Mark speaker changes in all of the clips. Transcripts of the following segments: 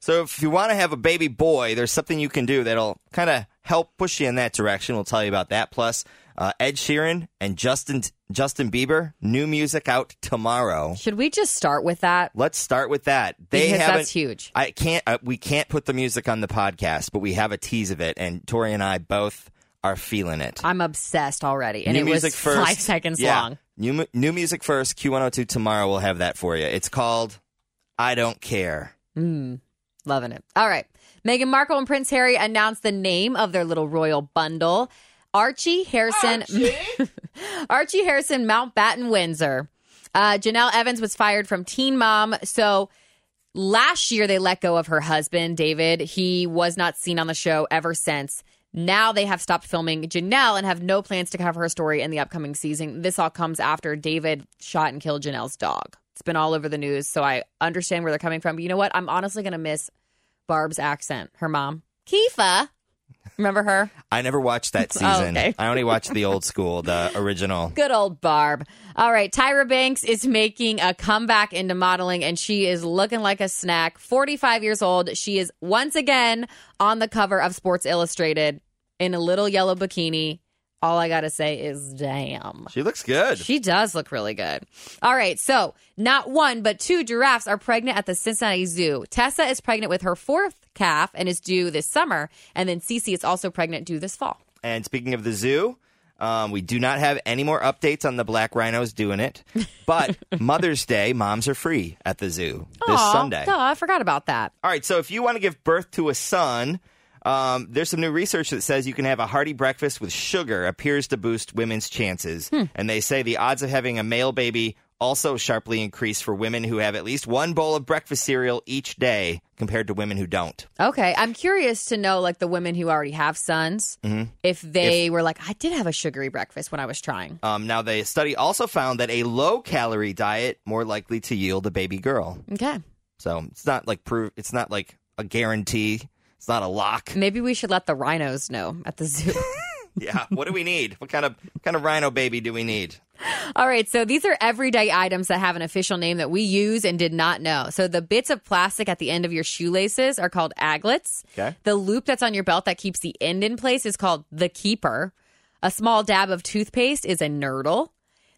Speaker 1: So if you want to have a baby boy, there's something you can do that'll kind of help push you in that direction. We'll tell you about that. Plus, uh, Ed Sheeran and Justin Justin Bieber new music out tomorrow.
Speaker 2: Should we just start with that?
Speaker 1: Let's start with that. They
Speaker 2: Because that's
Speaker 1: haven't.
Speaker 2: huge.
Speaker 1: I can't. Uh, we can't put the music on the podcast, but we have a tease of it, and Tori and I both are feeling it.
Speaker 2: I'm obsessed already, Uh, and
Speaker 1: new
Speaker 2: it was
Speaker 1: music first.
Speaker 2: five seconds
Speaker 1: Yeah.
Speaker 2: long.
Speaker 1: New mu- new music first. Q102 tomorrow. We'll have that for you. It's called "I Don't Care."
Speaker 2: Loving it. All right. Meghan Markle and Prince Harry announced the name of their little royal bundle Archie Harrison. Archie, Harrison Mountbatten Windsor. Uh, Janelle Evans was fired from Teen Mom. So last year they let go of her husband, David. He was not seen on the show ever since. Now they have stopped filming Janelle and have no plans to cover her story in the upcoming season. This all comes after David shot and killed Janelle's dog. It's been all over the news, so I understand where they're coming from. But you know what? I'm honestly going to miss Barb's accent, her mom. Kifa. Remember her?
Speaker 1: I never watched that
Speaker 2: Oh,
Speaker 1: season.
Speaker 2: okay.
Speaker 1: I only watched the old school, the original.
Speaker 2: Good old Barb. All right, Tyra Banks is making a comeback into modeling and she is looking like a snack. 45 years old. She is once again on the cover of Sports Illustrated in a little yellow bikini. All I got to say is damn.
Speaker 1: She looks good.
Speaker 2: She does look really good. All right, so not one, but two giraffes are pregnant at the Cincinnati Zoo. Tessa is pregnant with her fourth calf and is due this summer. And then Cece is also pregnant due this fall.
Speaker 1: And speaking of the zoo, um, we do not have any more updates on the black rhinos doing it. But Mother's Day, moms are free at the zoo this
Speaker 2: Aw,
Speaker 1: Sunday.
Speaker 2: Duh, I forgot about that.
Speaker 1: All right, so if you want to give birth to a son, um, there's some new research that says you can have a hearty breakfast with sugar appears to boost women's chances.
Speaker 2: Hmm.
Speaker 1: And they say the odds of having a male baby also sharply increase for women who have at least one bowl of breakfast cereal each day compared to women who don't.
Speaker 2: Okay, I'm curious to know like the women who already have sons
Speaker 1: Mm-hmm.
Speaker 2: if they were like, I did have a sugary breakfast when I was trying.
Speaker 1: Um, now, the study also found that a low calorie diet more likely to yield a baby girl.
Speaker 2: Okay,
Speaker 1: So it's not like prove. It's not like a guarantee. It's not a lock.
Speaker 2: maybe we should let the rhinos know at the zoo.
Speaker 1: Yeah. What do we need? What kind of what kind of rhino baby do we need?
Speaker 2: All right, so these are everyday items that have an official name that we use and did not know. So the bits of plastic at the end of your shoelaces are called aglets.
Speaker 1: Okay.
Speaker 2: The loop that's on your belt that keeps the end in place is called the keeper. A small dab of toothpaste is a nurdle.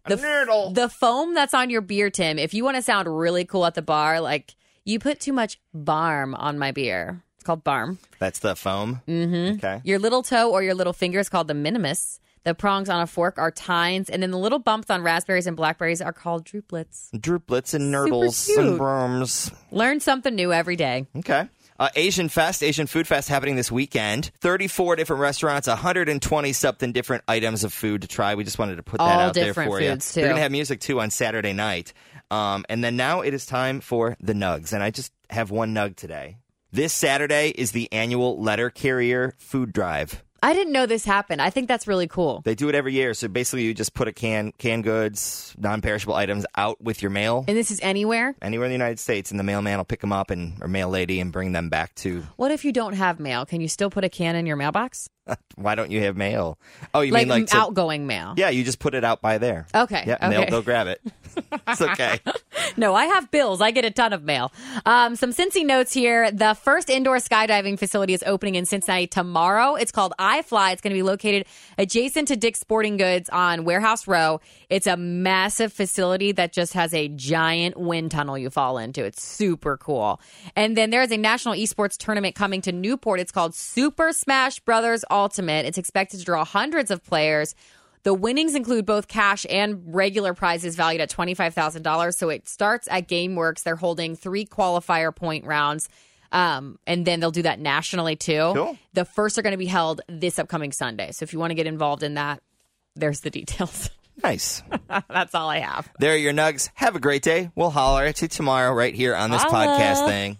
Speaker 1: A nurdle.
Speaker 2: The foam that's on your beer, Tim, if you want to sound really cool at the bar, like you put too much barm on my beer. It's called barm.
Speaker 1: That's the foam. Mm-hmm. Okay.
Speaker 2: Your little toe or your little finger is called the minimus. The prongs on a fork are tines, and then the little bumps on raspberries and blackberries are called droplets.
Speaker 1: Droplets and nurdles
Speaker 2: cute.
Speaker 1: and brooms.
Speaker 2: Learn something new every day.
Speaker 1: Okay. Uh, Asian Fest, Asian Food Fest happening this weekend. 34 different restaurants, 120 something different items of food to try. We just wanted to put that
Speaker 2: All
Speaker 1: out there
Speaker 2: different
Speaker 1: for
Speaker 2: foods,
Speaker 1: you.
Speaker 2: too.
Speaker 1: They're going to have music too on Saturday night. Um, and then now it is time for the nugs. And I just have one nug today. This Saturday is the annual letter carrier food drive.
Speaker 2: I didn't know this happened. I think that's really cool.
Speaker 1: They do it every year. So basically, you just put a can, canned goods, non perishable items out with your mail.
Speaker 2: And this is anywhere?
Speaker 1: Anywhere in the United States, and the mailman will pick them up and or mail lady and bring them back to.
Speaker 2: What if you don't have mail? Can you still put a can in your mailbox?
Speaker 1: Why don't you have mail? Oh, you mean
Speaker 2: like
Speaker 1: like to-
Speaker 2: outgoing mail.
Speaker 1: Yeah, you just put it out by there.
Speaker 2: Okay,
Speaker 1: Yeah, and
Speaker 2: okay.
Speaker 1: they'll, they'll grab it. it's okay.
Speaker 2: No, I have bills. I get a ton of mail. Um, some Cincy notes here. The first indoor skydiving facility is opening in Cincinnati tomorrow. It's called iFly. It's going to be located adjacent to Dick's Sporting Goods on Warehouse Row. It's a massive facility that just has a giant wind tunnel you fall into. It's super cool. And then there is a national esports tournament coming to Newport. It's called Super Smash Brothers Ultimate. It's expected to draw hundreds of players. The winnings include both cash and regular prizes valued at $25,000. So it starts at GameWorks. They're holding three qualifier point rounds. Um, and then they'll do that nationally too.
Speaker 1: Cool.
Speaker 2: The first are going to be held this upcoming Sunday. So if you want to get involved in that, there's the details.
Speaker 1: Nice.
Speaker 2: That's all I have.
Speaker 1: There are your nugs. Have a great day. We'll holler at you tomorrow right here on this
Speaker 2: Holla.
Speaker 1: podcast thing.